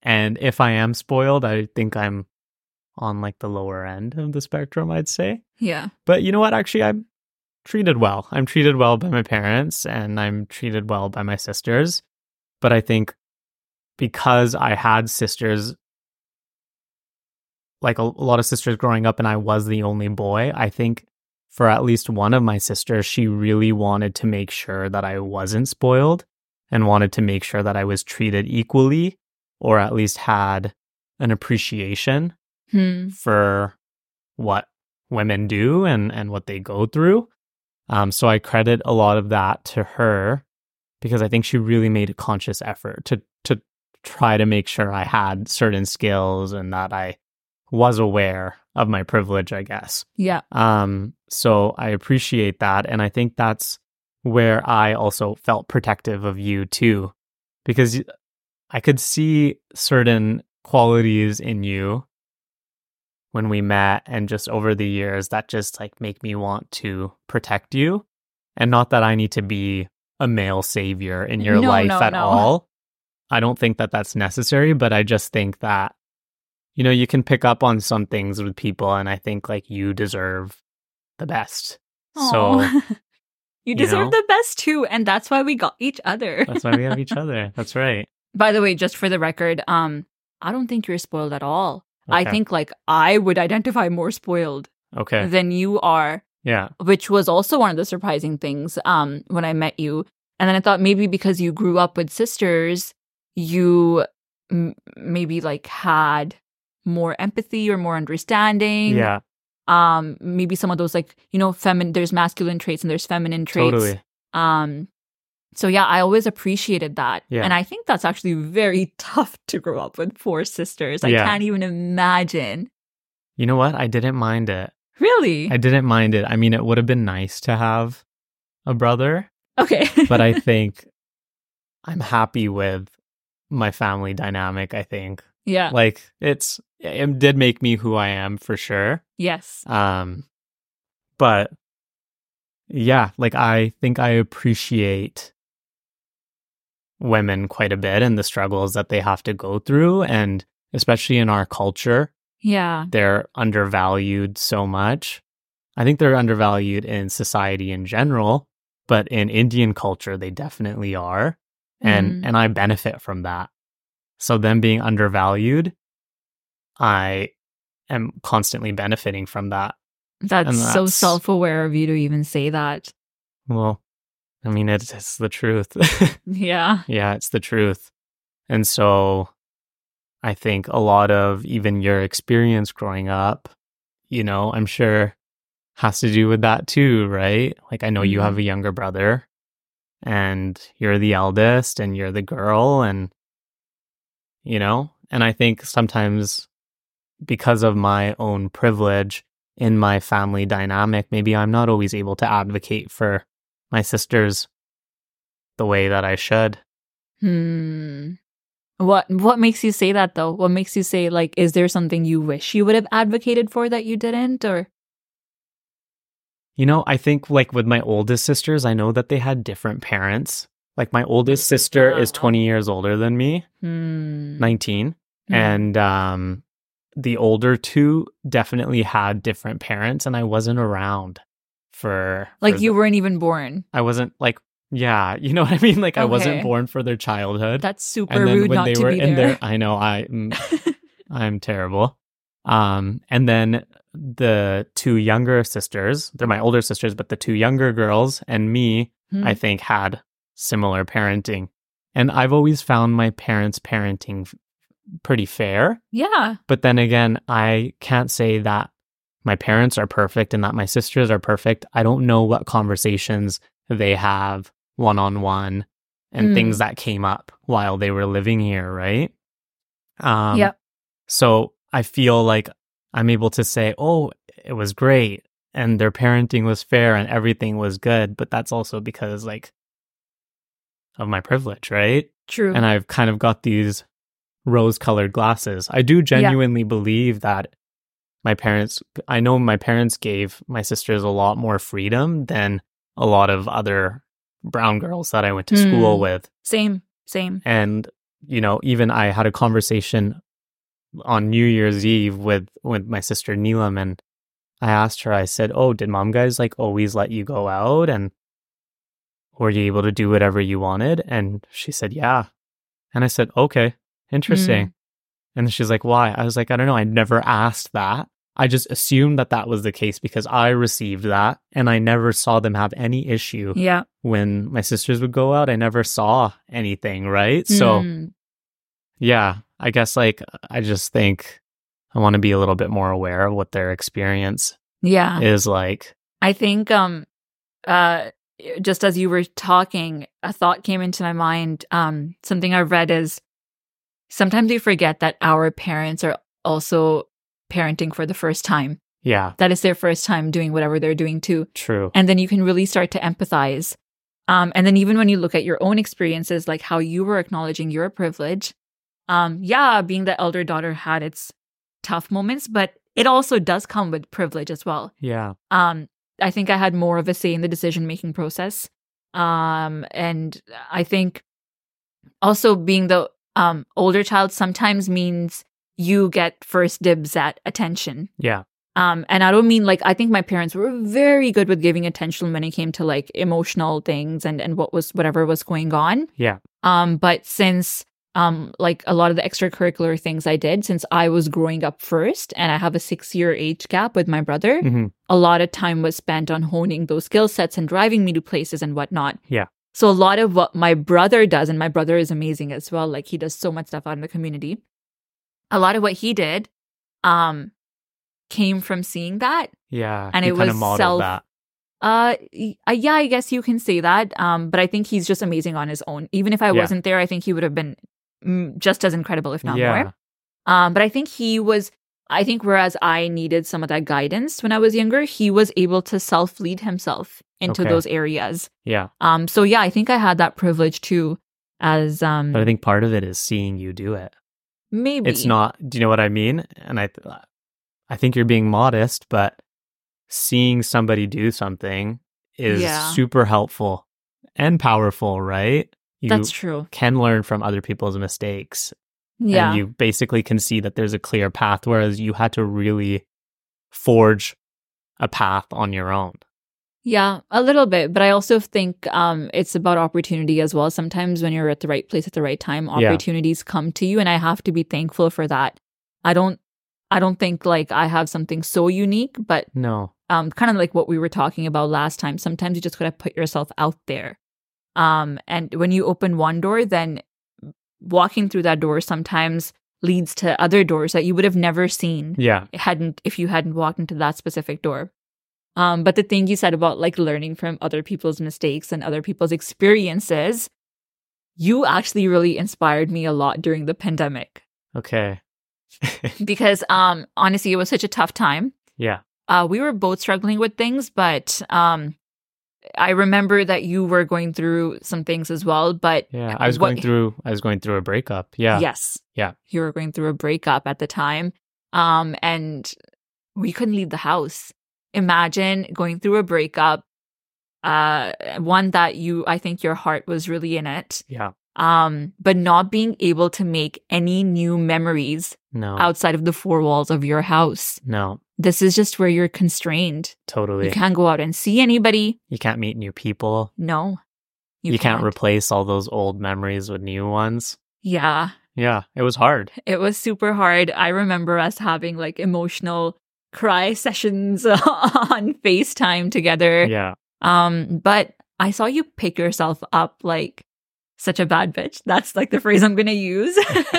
[SPEAKER 2] and if I am spoiled, I think I'm on like the lower end of the spectrum. I'd say.
[SPEAKER 1] Yeah.
[SPEAKER 2] But you know what? Actually, I'm treated well. I'm treated well by my parents and I'm treated well by my sisters. But I think because I had sisters, like a, a lot of sisters growing up, and I was the only boy, I think for at least one of my sisters, she really wanted to make sure that I wasn't spoiled and wanted to make sure that I was treated equally or at least had an appreciation
[SPEAKER 1] Hmm.
[SPEAKER 2] for what women do and and what they go through. Um, so I credit a lot of that to her because I think she really made a conscious effort to to try to make sure I had certain skills and that I was aware of my privilege, I guess.
[SPEAKER 1] Yeah.
[SPEAKER 2] Um, so I appreciate that. And I think that's where I also felt protective of you too, because I could see certain qualities in you when we met and just over the years that just like make me want to protect you. And not that I need to be a male savior in your
[SPEAKER 1] No,
[SPEAKER 2] life
[SPEAKER 1] no,
[SPEAKER 2] at
[SPEAKER 1] no.
[SPEAKER 2] all. I don't think that that's necessary, but I just think that you know, you can pick up on some things with people, and I think like you deserve the best. So
[SPEAKER 1] Aw. [LAUGHS] you
[SPEAKER 2] you
[SPEAKER 1] deserve
[SPEAKER 2] know? Uh,
[SPEAKER 1] the best too, and that's why we got each other.
[SPEAKER 2] that's why we have each other. That's right.
[SPEAKER 1] By the way, just for the record, um, I don't think you're spoiled at all. I
[SPEAKER 2] Okay.
[SPEAKER 1] think like I would identify more spoiled
[SPEAKER 2] Okay.
[SPEAKER 1] than you are,
[SPEAKER 2] Yeah.
[SPEAKER 1] which was also one of the surprising things um when I met you. And then I thought maybe because you grew up with sisters, you m- maybe like had more empathy or more understanding.
[SPEAKER 2] Yeah.
[SPEAKER 1] Um, maybe some of those like you know, feminine. There's masculine traits and there's feminine traits.
[SPEAKER 2] Totally.
[SPEAKER 1] Um, so yeah, I always appreciated that,
[SPEAKER 2] Yeah.
[SPEAKER 1] and I think that's [LAUGHS] actually very tough to grow up with four sisters. I
[SPEAKER 2] Yeah.
[SPEAKER 1] can't even imagine
[SPEAKER 2] You know what? I didn't mind it.
[SPEAKER 1] Really?
[SPEAKER 2] I didn't mind it. I mean, it would have been nice to have a brother,
[SPEAKER 1] okay. [LAUGHS]
[SPEAKER 2] but I think I'm happy with my family dynamic. I think
[SPEAKER 1] yeah.
[SPEAKER 2] like it's it did make me who I am for sure.
[SPEAKER 1] yes.
[SPEAKER 2] Um, but yeah, like I think I appreciate women quite a bit and the struggles that they have to go through, and especially in our culture,
[SPEAKER 1] Yeah.
[SPEAKER 2] they're undervalued so much. I think they're undervalued in society in general, but in Indian culture, they definitely are. And
[SPEAKER 1] Mm.
[SPEAKER 2] and I benefit from that. So them being undervalued, I am constantly benefiting from that.
[SPEAKER 1] That's,
[SPEAKER 2] and
[SPEAKER 1] so
[SPEAKER 2] that's-
[SPEAKER 1] self-aware of you to even say that.
[SPEAKER 2] Well, I mean, it's, it's the truth. [LAUGHS]
[SPEAKER 1] Yeah.
[SPEAKER 2] yeah, it's the truth. And so I think a lot of even your experience growing up, you know, I'm sure has to do with that too, right? Like, I know you
[SPEAKER 1] Mhm.
[SPEAKER 2] have a younger brother and you're the eldest and you're the girl, and, you know, and I think sometimes because of my own privilege in my family dynamic, maybe I'm not always able to advocate for my sisters the way that I should.
[SPEAKER 1] Hmm. What what makes you say that though? What makes you say like is there something you wish you would have advocated for that you didn't or
[SPEAKER 2] You know, I think like with my oldest sisters, I know that they had different parents. Like my oldest sister is
[SPEAKER 1] Ah.
[SPEAKER 2] 20 years older than me,
[SPEAKER 1] hmm.
[SPEAKER 2] 19, and um the older two definitely had different parents and I wasn't around for
[SPEAKER 1] like
[SPEAKER 2] for
[SPEAKER 1] you
[SPEAKER 2] the-
[SPEAKER 1] weren't even born.
[SPEAKER 2] I wasn't like yeah, you know what I mean? Like I wasn't
[SPEAKER 1] Okay.
[SPEAKER 2] born for their childhood.
[SPEAKER 1] That's super
[SPEAKER 2] and then
[SPEAKER 1] rude
[SPEAKER 2] when
[SPEAKER 1] not
[SPEAKER 2] they
[SPEAKER 1] to
[SPEAKER 2] were
[SPEAKER 1] be
[SPEAKER 2] in
[SPEAKER 1] there.
[SPEAKER 2] their I know I mm, I'm terrible. Um, and then the two younger sisters, they're my older sisters, but the two younger girls and me,
[SPEAKER 1] Hmm.
[SPEAKER 2] I think, had similar parenting. And I've always found my parents' parenting f- pretty fair.
[SPEAKER 1] [LAUGHS] yeah.
[SPEAKER 2] But then again, I can't say that my parents are perfect and that my sisters are perfect. I don't know what conversations they have one on one and
[SPEAKER 1] Mm.
[SPEAKER 2] things that came up while they were living here, right? Um,
[SPEAKER 1] Yep.
[SPEAKER 2] So I feel like I'm able to say, oh, it was great and their parenting was fair and everything was good. But that's also because, like, of my privilege, right?
[SPEAKER 1] True.
[SPEAKER 2] and I've kind of got these rose colored glasses. I do genuinely believe that my parents, I know my parents gave my sisters a lot more freedom than a lot of other brown girls that I went to school
[SPEAKER 1] Mm.
[SPEAKER 2] with.
[SPEAKER 1] same. Same.
[SPEAKER 2] And, you know, even I had a conversation on New Year's Eve with, with my sister Neelam and I asked her, I said, Oh, did mom guys like always let you go out? And were you able to do whatever you wanted? And she said, Yeah. And I said, Okay, interesting. And she's like, Why? I was like, I don't know. I never asked that. I just assumed that that was the case because I received that and I never saw them have any issue
[SPEAKER 1] Yeah.
[SPEAKER 2] when my sisters would go out. I never saw anything, right? So,
[SPEAKER 1] Mm.
[SPEAKER 2] yeah, I guess like I just think I want to be a little bit more aware of what their experience
[SPEAKER 1] yeah.
[SPEAKER 2] is like.
[SPEAKER 1] I think um uh just as you were talking, a thought came into my mind. Um something I've read is sometimes we forget that our parents are also parenting for the first time.
[SPEAKER 2] Yeah,
[SPEAKER 1] That is their first time doing whatever they're doing too.
[SPEAKER 2] true.
[SPEAKER 1] And then you can really start to empathize. Um, and then even when you look at your own experiences, like how you were acknowledging your privilege, um, yeah, being the elder daughter had its tough moments, but it also does come with privilege as well
[SPEAKER 2] yeah.
[SPEAKER 1] um i think i had more of a say in the decision making process um and i think also being the um older child sometimes means you get first dibs at attention
[SPEAKER 2] Yeah.
[SPEAKER 1] um and i don't mean like i think my parents were very good with giving attention when it came to like emotional things and and what was whatever was going on
[SPEAKER 2] Yeah.
[SPEAKER 1] um but since um like a lot of the extracurricular things i did since i was growing up first and i have a 6 year age gap with my brother
[SPEAKER 2] hmm
[SPEAKER 1] a lot of time was spent on honing those skill sets and driving me to places and whatnot.
[SPEAKER 2] Yeah.
[SPEAKER 1] So a lot of what my brother does, and my brother is amazing as well. Like he does so much stuff out in the community. A lot of what he did, um, came from seeing that.
[SPEAKER 2] Yeah.
[SPEAKER 1] And
[SPEAKER 2] You
[SPEAKER 1] it
[SPEAKER 2] kinda
[SPEAKER 1] was self-
[SPEAKER 2] modeled that.
[SPEAKER 1] Uh, y- uh, yeah, I guess you can say that. Um, but I think he's just amazing on his own. Even if I
[SPEAKER 2] Yeah.
[SPEAKER 1] wasn't there, I think he would have been mm, just as incredible, if not
[SPEAKER 2] yeah.
[SPEAKER 1] more. Um, but I think he was I think whereas I needed some of that guidance when I was younger, he was able to self lead himself into
[SPEAKER 2] Okay.
[SPEAKER 1] those areas.
[SPEAKER 2] Yeah.
[SPEAKER 1] Um, so yeah, I think I had that privilege too, as um,
[SPEAKER 2] But I think part of it is seeing you do it.
[SPEAKER 1] maybe
[SPEAKER 2] It's not, do you know what I mean? And I, th- I think you're being modest, but seeing somebody do something is
[SPEAKER 1] Yeah.
[SPEAKER 2] super helpful and powerful, right? You
[SPEAKER 1] That's true.
[SPEAKER 2] can learn from other people's mistakes
[SPEAKER 1] Yeah,
[SPEAKER 2] and you basically can see that there's a clear path, whereas you had to really forge a path on your own.
[SPEAKER 1] yeah, a little bit. But I also think um, it's about opportunity as well. Sometimes when you're at the right place at the right time,
[SPEAKER 2] Yeah.
[SPEAKER 1] opportunities come to you, and I have to be thankful for that. I don't, I don't think like I have something so unique, but
[SPEAKER 2] No.
[SPEAKER 1] um, kind of like what we were talking about last time. Sometimes you just gotta put yourself out there. Um, and when you open one door, then walking through that door sometimes leads to other doors that you would have never seen
[SPEAKER 2] Yeah.
[SPEAKER 1] hadn't if you hadn't walked into that specific door. Um, but the thing you said about like learning from other people's mistakes and other people's experiences, you actually really inspired me a lot during the pandemic
[SPEAKER 2] Okay.
[SPEAKER 1] because um, honestly, it was such a tough time
[SPEAKER 2] Yeah.
[SPEAKER 1] uh, we were both struggling with things, but um, I remember that you were going through some things as well. But
[SPEAKER 2] Yeah. I was
[SPEAKER 1] what-
[SPEAKER 2] going through I was going through a breakup. Yeah.
[SPEAKER 1] yes,
[SPEAKER 2] Yeah.
[SPEAKER 1] you were going through a breakup at the time, um, and we couldn't leave the house. Imagine going through a breakup, uh, one that you, I think your heart was really in it,
[SPEAKER 2] Yeah.
[SPEAKER 1] um, but not being able to make any new memories
[SPEAKER 2] No.
[SPEAKER 1] outside of the four walls of your house.
[SPEAKER 2] No.
[SPEAKER 1] This is just where you're constrained.
[SPEAKER 2] Totally.
[SPEAKER 1] You can't go out and see anybody.
[SPEAKER 2] You can't meet new people.
[SPEAKER 1] No.
[SPEAKER 2] You, can't replace all those old memories with new ones.
[SPEAKER 1] yeah.
[SPEAKER 2] Yeah. It was hard.
[SPEAKER 1] It was super hard. I remember us having like emotional cry [LAUGHS] sessions on FaceTime together.
[SPEAKER 2] Yeah.
[SPEAKER 1] Um, but I saw you pick yourself up like such a bad bitch. That's like the phrase I'm gonna use. [LAUGHS]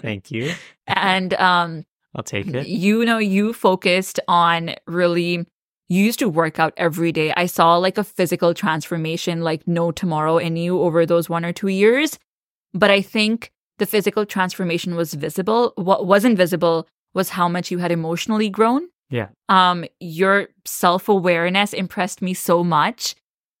[SPEAKER 2] Thank you.
[SPEAKER 1] and um
[SPEAKER 2] I'll take it.
[SPEAKER 1] you know, you focused on really you used to work out every day. I saw like a physical transformation, like no tomorrow in you over those one or two years. But I think the physical transformation was visible. What wasn't visible was how much you had emotionally grown.
[SPEAKER 2] Yeah.
[SPEAKER 1] Um, your self awareness impressed me so much.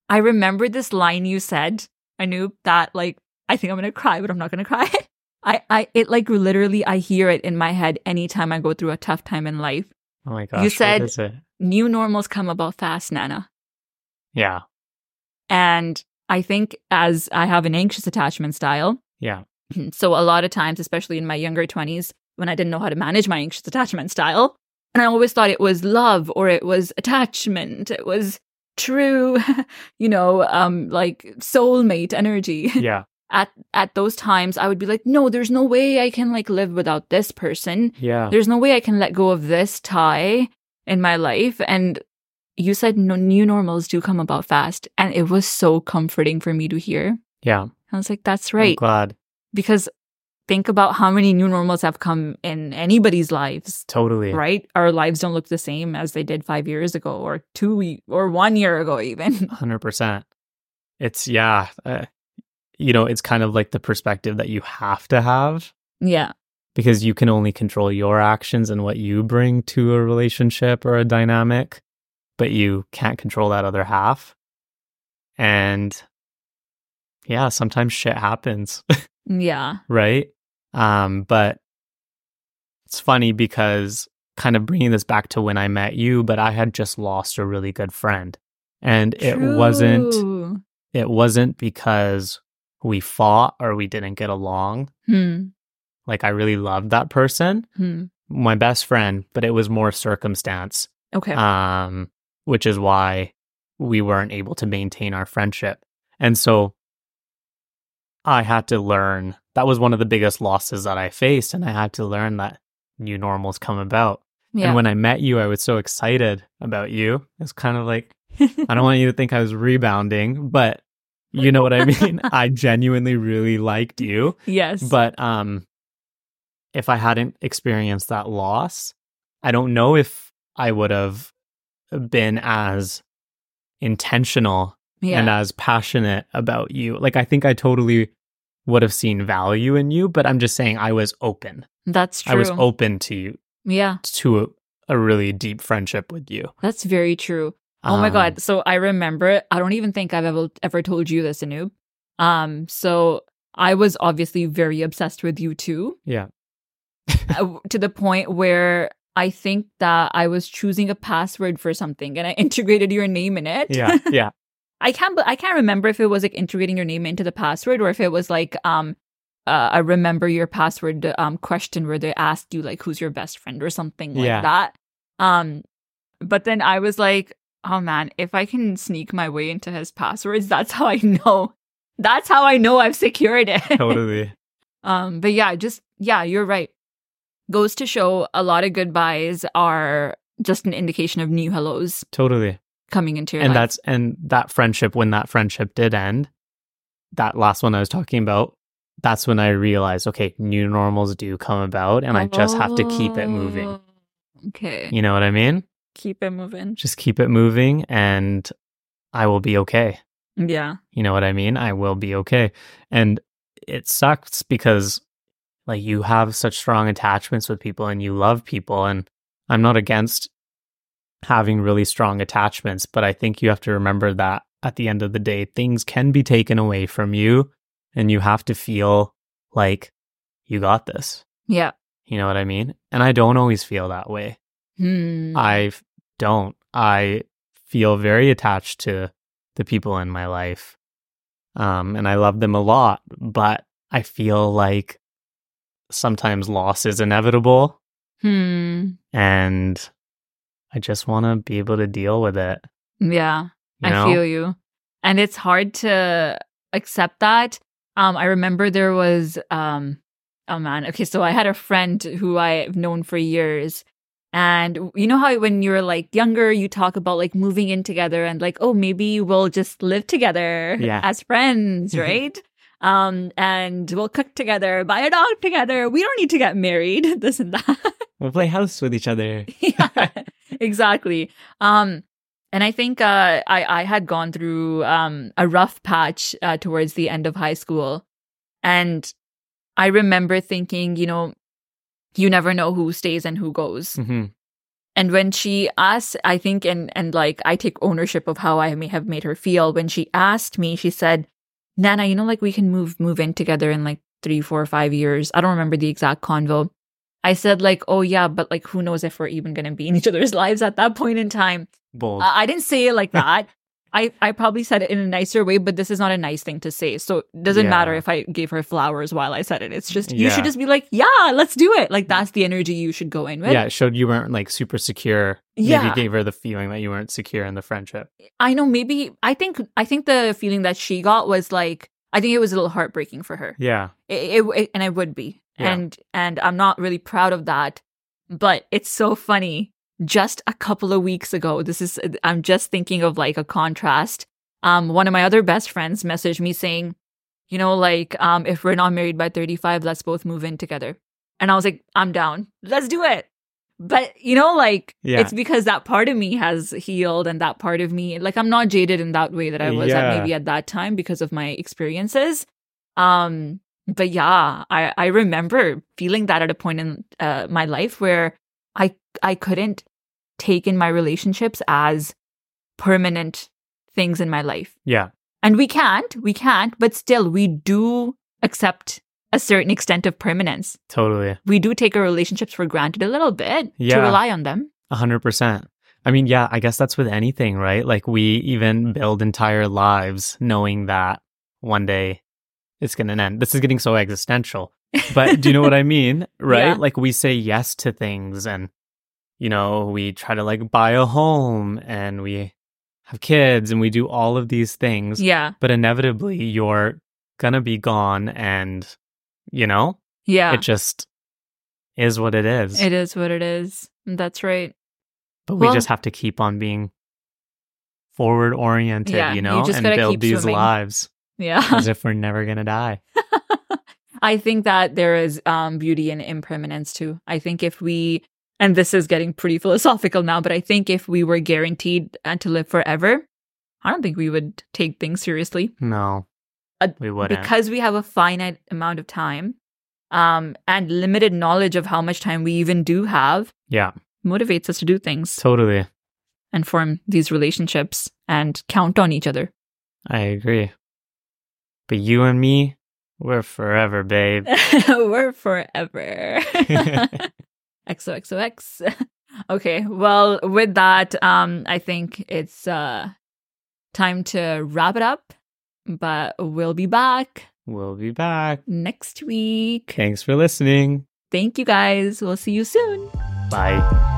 [SPEAKER 1] I remember this line you said, I knew that like I think I'm gonna cry, but I'm not gonna cry. [LAUGHS] I, I it like literally I hear it in my head anytime I go through a tough time in life.
[SPEAKER 2] Oh my gosh.
[SPEAKER 1] said-
[SPEAKER 2] what is it?
[SPEAKER 1] New normals come about fast, Nana.
[SPEAKER 2] Yeah.
[SPEAKER 1] And I think as I have an anxious attachment style, [CLEARS THROAT]
[SPEAKER 2] Yeah.
[SPEAKER 1] so a lot of times, especially in my younger 20s, when I didn't know how to manage my anxious attachment style, and I always thought it was love or it was attachment, it was true, [LAUGHS] you know, um, like soulmate energy. [LAUGHS]
[SPEAKER 2] Yeah.
[SPEAKER 1] At at those times, I would be like, no, there's no way I can like live without this person.
[SPEAKER 2] Yeah.
[SPEAKER 1] There's no way I can let go of this tie in my life. And you said no, new normals do come about fast. And it was so comforting for me to hear.
[SPEAKER 2] Yeah.
[SPEAKER 1] I was like, that's
[SPEAKER 2] I'm
[SPEAKER 1] right.
[SPEAKER 2] glad.
[SPEAKER 1] Because think about how many new normals have come in anybody's lives,
[SPEAKER 2] Totally.
[SPEAKER 1] right? Our lives don't look the same as they did five years ago or two ye- or one year ago, even. [LAUGHS]
[SPEAKER 2] hundred percent. It's yeah, uh, you know, it's kind of like the perspective that you have to have
[SPEAKER 1] yeah.
[SPEAKER 2] because you can only control your actions and what you bring to a relationship or a dynamic, but you can't control that other half. And yeah, sometimes shit happens, [LAUGHS]
[SPEAKER 1] Yeah.
[SPEAKER 2] right? Um, but it's funny because kind of bringing this back to when I met you, but I had just lost a really good friend. And it wasn't
[SPEAKER 1] True.
[SPEAKER 2] it wasn't because we fought or we didn't get along.
[SPEAKER 1] Hmm.
[SPEAKER 2] Like I really loved that person,
[SPEAKER 1] Hmm.
[SPEAKER 2] my best friend, but it was more circumstance.
[SPEAKER 1] Okay.
[SPEAKER 2] Um which is why we weren't able to maintain our friendship. And so I had to learn. That was one of the biggest losses that I faced and I had to learn that new normals come about.
[SPEAKER 1] yeah.
[SPEAKER 2] And when I met you, I was so excited about you. It's kind of like I don't want you to think I was rebounding, but you know
[SPEAKER 1] [LAUGHS]
[SPEAKER 2] what I mean? I genuinely really liked you.
[SPEAKER 1] yes.
[SPEAKER 2] But um if I hadn't experienced that loss, I don't know if I would have been as intentional
[SPEAKER 1] yeah.
[SPEAKER 2] and as passionate about you. Like I think I totally would have seen value in you, but I'm just saying I was open.
[SPEAKER 1] That's true.
[SPEAKER 2] I was open to you
[SPEAKER 1] Yeah,
[SPEAKER 2] to a, a really deep friendship with you.
[SPEAKER 1] that's very true. Oh my
[SPEAKER 2] Um,
[SPEAKER 1] god. So I remember I don't even think I've ever ever told you this, Anoop. Um, so I was obviously very obsessed with you too.
[SPEAKER 2] Yeah.
[SPEAKER 1] uh, to the point where I think that I was choosing a password for something and I [LAUGHS] integrated your name in it.
[SPEAKER 2] Yeah.
[SPEAKER 1] [LAUGHS]
[SPEAKER 2] Yeah.
[SPEAKER 1] I can't but I can't remember if it was like integrating your name into the password or if it was like um uh, I remember your password um question where they asked you like who's your best friend or something like
[SPEAKER 2] Yeah.
[SPEAKER 1] that. Um but then I was like, oh man, if I can sneak my way into his passwords, that's how I know. That's how I know I've secured it.
[SPEAKER 2] totally.
[SPEAKER 1] [LAUGHS] Um, but yeah, just yeah, you're right. Goes to show a lot of goodbyes are just an indication of new hellos
[SPEAKER 2] Totally.
[SPEAKER 1] coming into your
[SPEAKER 2] and
[SPEAKER 1] life.
[SPEAKER 2] that's and that friendship when that friendship did end that last one i was talking about that's when i realized okay new normals do come about and i just have to keep it moving
[SPEAKER 1] Oh, Okay,
[SPEAKER 2] you know what i mean
[SPEAKER 1] keep it moving.
[SPEAKER 2] just keep it moving and i will be okay
[SPEAKER 1] Yeah,
[SPEAKER 2] you know what i mean i will be okay and it sucks because like you have such strong attachments with people and you love people and i'm not against having really strong attachments but i think you have to remember that at the end of the day things can be taken away from you and you have to feel like you got this
[SPEAKER 1] yeah.
[SPEAKER 2] you know what i mean and i don't always feel that way
[SPEAKER 1] Hmm.
[SPEAKER 2] I f- don't. I feel very attached to the people in my life. Um, and I love them a lot, but I feel like sometimes loss is inevitable
[SPEAKER 1] hmm.
[SPEAKER 2] and I just want to be able to deal with it.
[SPEAKER 1] Yeah.
[SPEAKER 2] You know?
[SPEAKER 1] I feel you. And it's hard to accept that. Um, I remember there was um oh man, okay, so I had a friend who I've known for years. And you know how when you're like younger, you talk about like moving in together and like, oh, maybe we'll just live together
[SPEAKER 2] Yeah.
[SPEAKER 1] as
[SPEAKER 2] [LAUGHS]
[SPEAKER 1] friends, right? um, and we'll cook together, buy a dog together. We don't need to get married, [LAUGHS] this and that.
[SPEAKER 2] We'll play house with each other.
[SPEAKER 1] [LAUGHS] yeah, exactly. Um, and I think uh, I I had gone through um, a rough patch uh, towards the end of high school, and I remember thinking, you know, you never know who stays and who goes.
[SPEAKER 2] Mhm.
[SPEAKER 1] And when she asked, I think, and and like I take ownership of how I may have made her feel. When she asked me, she said, "Nana, you know, like we can move move in together in like three, four, five years." I don't remember the exact convo. I said like, "Oh yeah, but like who knows if we're even gonna be in each other's [LAUGHS] lives at that point in time."
[SPEAKER 2] Bold.
[SPEAKER 1] I, I didn't say
[SPEAKER 2] [LAUGHS]
[SPEAKER 1] it like that. I I probably said it in a nicer way, but this is not a nice thing to say. So it doesn't
[SPEAKER 2] Yeah.
[SPEAKER 1] matter if I gave her flowers while I said it. It's just you
[SPEAKER 2] Yeah.
[SPEAKER 1] should just be like, "Yeah, let's do it." Like that's the energy you should go in with.
[SPEAKER 2] yeah, it showed you weren't like super secure. Maybe
[SPEAKER 1] Yeah.
[SPEAKER 2] it gave her the feeling that you weren't secure in the friendship.
[SPEAKER 1] I know maybe I think I think the feeling that she got was like I think it was a little heartbreaking for her.
[SPEAKER 2] Yeah.
[SPEAKER 1] It, it, it- and it would be.
[SPEAKER 2] Yeah.
[SPEAKER 1] And and I'm not really proud of that, but it's so funny. Just a couple of weeks ago, this is I'm just thinking of like a contrast. Um one of my other best friends messaged me saying, you know, like um if we're not married by 35, let's both move in together. And I was like, I'm down. Let's do it. But you know, like
[SPEAKER 2] Yeah.
[SPEAKER 1] it's because that part of me has healed and that part of me like I'm not jaded in that way that I was at
[SPEAKER 2] Yeah.
[SPEAKER 1] maybe at that time because of my experiences. Um but yeah, I I remember feeling that at a point in uh, my life where I I couldn't take in my relationships as permanent things in my life.
[SPEAKER 2] Yeah.
[SPEAKER 1] And we can't, we can't, but still we do accept a certain extent of permanence.
[SPEAKER 2] Totally.
[SPEAKER 1] We do take our relationships for granted a little bit to
[SPEAKER 2] Yeah.
[SPEAKER 1] rely on them.
[SPEAKER 2] A hundred percent. I mean, yeah, I guess that's with anything, right? Like we
[SPEAKER 1] Mm-hmm.
[SPEAKER 2] even build entire lives knowing that one day it's going to end. This is getting so existential, but do you know what I mean? Right?
[SPEAKER 1] [LAUGHS] Yeah.
[SPEAKER 2] Like we say yes to things and, you know, we try to like buy a home and we have kids and we do all of these things,
[SPEAKER 1] yeah.
[SPEAKER 2] but inevitably you're going to be gone and, you know,
[SPEAKER 1] Yeah.
[SPEAKER 2] it just is what it is.
[SPEAKER 1] It is what it is. That's right.
[SPEAKER 2] but
[SPEAKER 1] Well-
[SPEAKER 2] we just have to keep on being forward oriented,
[SPEAKER 1] Yeah, you
[SPEAKER 2] you know,
[SPEAKER 1] just
[SPEAKER 2] and
[SPEAKER 1] gotta
[SPEAKER 2] build
[SPEAKER 1] keep
[SPEAKER 2] these
[SPEAKER 1] swimming. [LAUGHS]
[SPEAKER 2] lives
[SPEAKER 1] Yeah.
[SPEAKER 2] as if we're never gonna die.
[SPEAKER 1] I think that there is um, beauty in impermanence too. I think if we, and this is getting pretty [LAUGHS] philosophical now, but I think if we were guaranteed uh, to live forever, I don't think we would take things seriously
[SPEAKER 2] No,
[SPEAKER 1] Uh,
[SPEAKER 2] we wouldn't.
[SPEAKER 1] because we have a finite amount of time. um, and limited knowledge of how much time we even do have
[SPEAKER 2] Yeah,
[SPEAKER 1] motivates us to do things
[SPEAKER 2] totally.
[SPEAKER 1] and form these relationships and count on each other.
[SPEAKER 2] I agree. But you and me, we're forever,
[SPEAKER 1] Uh,
[SPEAKER 2] babe.
[SPEAKER 1] [LAUGHS] We're forever. [LAUGHS] XOXOX. okay, well, with that, um, I think it's uh, time to wrap it up, but we'll be back
[SPEAKER 2] we'll be back.
[SPEAKER 1] next week.
[SPEAKER 2] Thanks for listening.
[SPEAKER 1] Thank you guys. We'll see you soon.
[SPEAKER 2] Bye.